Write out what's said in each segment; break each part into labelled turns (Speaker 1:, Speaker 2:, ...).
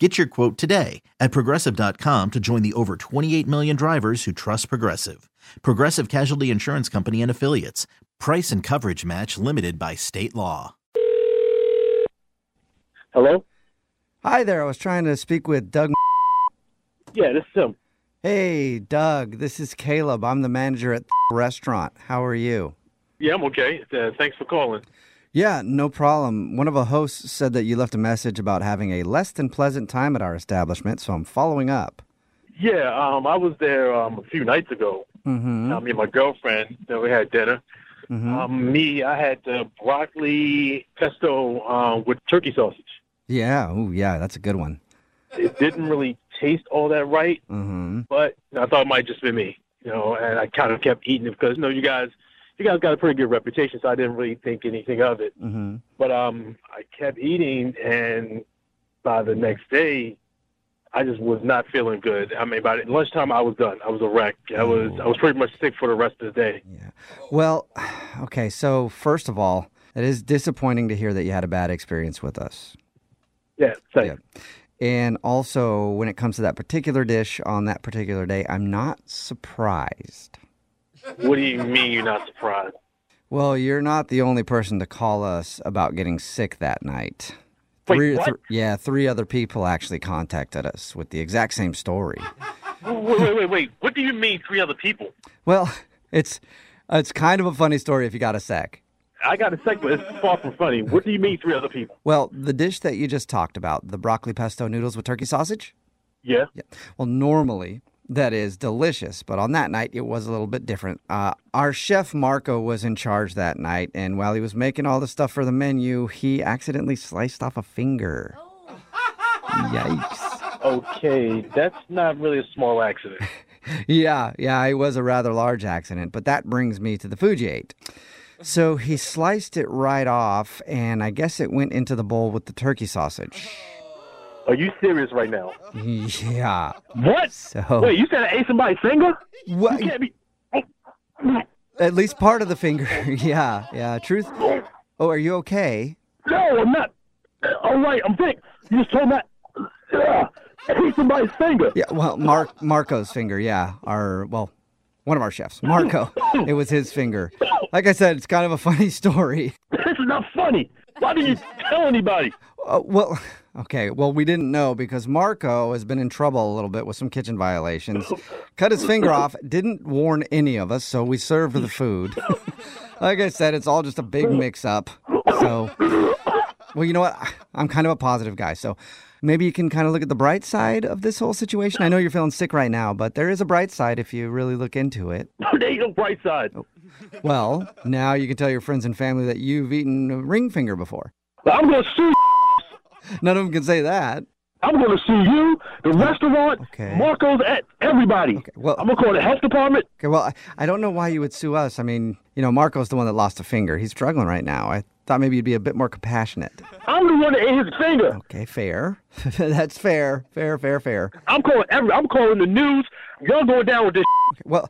Speaker 1: Get your quote today at progressive.com to join the over 28 million drivers who trust Progressive. Progressive Casualty Insurance Company and Affiliates. Price and coverage match limited by state law.
Speaker 2: Hello?
Speaker 3: Hi there. I was trying to speak with Doug.
Speaker 2: Yeah, this is him.
Speaker 3: Hey, Doug. This is Caleb. I'm the manager at the restaurant. How are you?
Speaker 2: Yeah, I'm okay. Uh, thanks for calling.
Speaker 3: Yeah, no problem. One of our hosts said that you left a message about having a less than pleasant time at our establishment, so I'm following up.
Speaker 2: Yeah, um, I was there um, a few nights ago.
Speaker 3: Mm-hmm.
Speaker 2: Uh, me and my girlfriend, then we had dinner.
Speaker 3: hmm
Speaker 2: Um, me, I had the broccoli pesto uh, with turkey sausage.
Speaker 3: yeah. Oh, yeah. That's a good one.
Speaker 2: It didn't really taste all that right,
Speaker 3: hmm
Speaker 2: but I thought it might just be me, you know. And I kind of kept eating it because, you know, you guys, you guys got a pretty good reputation, so I didn't really think anything of it.
Speaker 3: hmm
Speaker 2: But um, I kept eating, and by the next day, I just was not feeling good. I mean, by lunchtime, I was done. I was a wreck. I was I was pretty much sick for the rest of the day.
Speaker 3: Yeah. Well, okay. So first of all, it is disappointing to hear that you had a bad experience with us.
Speaker 2: Yeah, thanks.
Speaker 3: Yeah. And also, when it comes to that particular dish on that particular day, I'm not surprised.
Speaker 2: What do you mean you're not surprised?
Speaker 3: Well, you're not the only person to call us about getting sick that night.
Speaker 2: Wait,
Speaker 3: Three,
Speaker 2: what?
Speaker 3: thr- yeah, three other people actually contacted us with the exact same story.
Speaker 2: Wait, wait, wait, wait. What do you mean three other people?
Speaker 3: Well, it's it's kind of a funny story if you got a sec.
Speaker 2: I got a sec, but it's far from funny. What do you mean three other people?
Speaker 3: Well, the dish that you just talked about, the broccoli pesto noodles with turkey sausage,
Speaker 2: Yeah.
Speaker 3: Yeah. Well, normally that is delicious, but on that night it was a little bit different. Uh, our chef Marco was in charge that night, and while he was making all the stuff for the menu, he accidentally sliced off a finger. Yikes.
Speaker 2: Okay, that's not really a small accident.
Speaker 3: Yeah, yeah, it was a rather large accident, but that brings me to the food you ate. So he sliced it right off, and I guess it went into the bowl with the turkey sausage.
Speaker 2: Are you serious right now?
Speaker 3: Yeah.
Speaker 2: What?
Speaker 3: So,
Speaker 2: Wait, you said I ate somebody's finger?
Speaker 3: Wha-
Speaker 2: Can't be.
Speaker 3: at least part of the finger. yeah, yeah. Truth. Oh, are you okay?
Speaker 2: No, I'm not. All right, I'm sick. You just told me I ate somebody's finger.
Speaker 3: Yeah, well, Mark Marco's finger. Yeah, our well, one of our chefs, Marco. It was his finger. Like I said, it's kind of a funny story.
Speaker 2: This is not funny. Why didn't you tell anybody?
Speaker 3: Uh, well, okay. Well, we didn't know because Marco has been in trouble a little bit with some kitchen violations. Cut his finger off. Didn't warn any of us, so we served the food. like I said, it's all just a big mix-up. So, well, you know what? I'm kind of a positive guy, so. Maybe you can kind of look at the bright side of this whole situation. I know you're feeling sick right now, but there is a bright side if you really look into it.
Speaker 2: There ain't no bright side.
Speaker 3: Well, now you can tell your friends and family that you've eaten a ring finger before.
Speaker 2: I'm gonna sue.
Speaker 3: None of them can say that.
Speaker 2: I'm gonna sue you, the restaurant,
Speaker 3: Okay.
Speaker 2: Marco's, at everybody.
Speaker 3: well-
Speaker 2: I'm gonna call the health department.
Speaker 3: Okay, well, I, I don't know why you would sue us. I mean, you know, Marco's the one that lost a finger. He's struggling right now. I thought maybe you'd be a bit more compassionate.
Speaker 2: I'm the one that ate his finger.
Speaker 3: Okay, fair. That's fair. Fair, fair, fair.
Speaker 2: I'm calling every. I'm calling the news. Y'all going down with this.
Speaker 3: Well,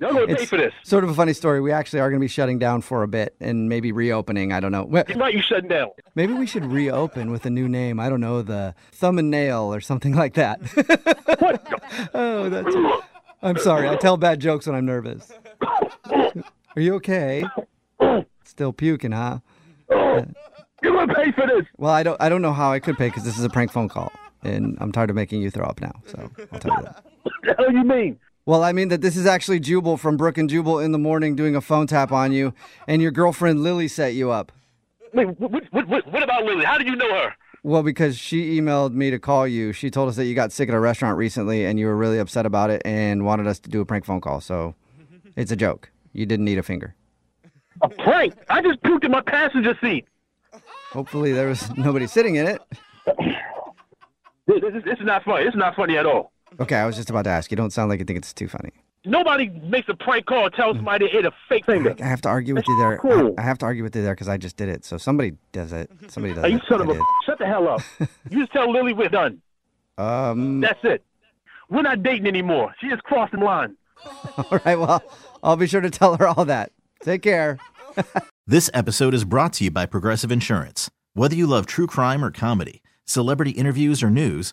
Speaker 2: Y'all gonna pay
Speaker 3: it's
Speaker 2: for this.
Speaker 3: sort of a funny story. We actually are going to be shutting down for a bit and maybe reopening. I don't know. Well,
Speaker 2: Right, you shutting down.
Speaker 3: Maybe we should reopen with a new name. I don't know, the Thumb and Nail or something like that.
Speaker 2: What?
Speaker 3: Oh, that's. I'm sorry. I tell bad jokes when I'm nervous. Are you okay? Still puking, huh?
Speaker 2: Oh, You gonna pay for this?
Speaker 3: Well, I don't. I don't know how I could pay because this is a prank phone call, and I'm tired of making you throw up now. So I'll tell you that.
Speaker 2: What the hell you mean?
Speaker 3: Well, I mean that this is actually Jubal from Brook and Jubal in the morning doing a phone tap on you, and your girlfriend Lily set you up.
Speaker 2: Wait, what, what, what, what about Lily? How do you know her?
Speaker 3: Well, because she emailed me to call you. She told us that you got sick at a restaurant recently and you were really upset about it and wanted us to do a prank phone call. So it's a joke. You didn't need a finger.
Speaker 2: A prank? I just puked in my passenger seat.
Speaker 3: Hopefully, there was nobody sitting in it.
Speaker 2: This, this, is- this is not funny. It's not funny at all.
Speaker 3: Okay, I was just about to ask. You don't sound like you think it's too funny.
Speaker 2: Nobody makes a prank call and tells somebody they ate a fake finger.
Speaker 3: I have to argue with
Speaker 2: That's
Speaker 3: you there.
Speaker 2: cool.
Speaker 3: I, I have to argue with you there because I just did it. So somebody does it. Somebody does
Speaker 2: Hey, you
Speaker 3: it.
Speaker 2: son
Speaker 3: I
Speaker 2: of a
Speaker 3: did.
Speaker 2: shut the hell up. you just tell Lily we're done.
Speaker 3: Um.
Speaker 2: That's it. We're not dating anymore. She just crossed the line.
Speaker 3: All right. Well, I'll be sure to tell her all that. Take care.
Speaker 1: This episode is brought to you by Progressive Insurance. Whether you love true crime or comedy, celebrity interviews or news,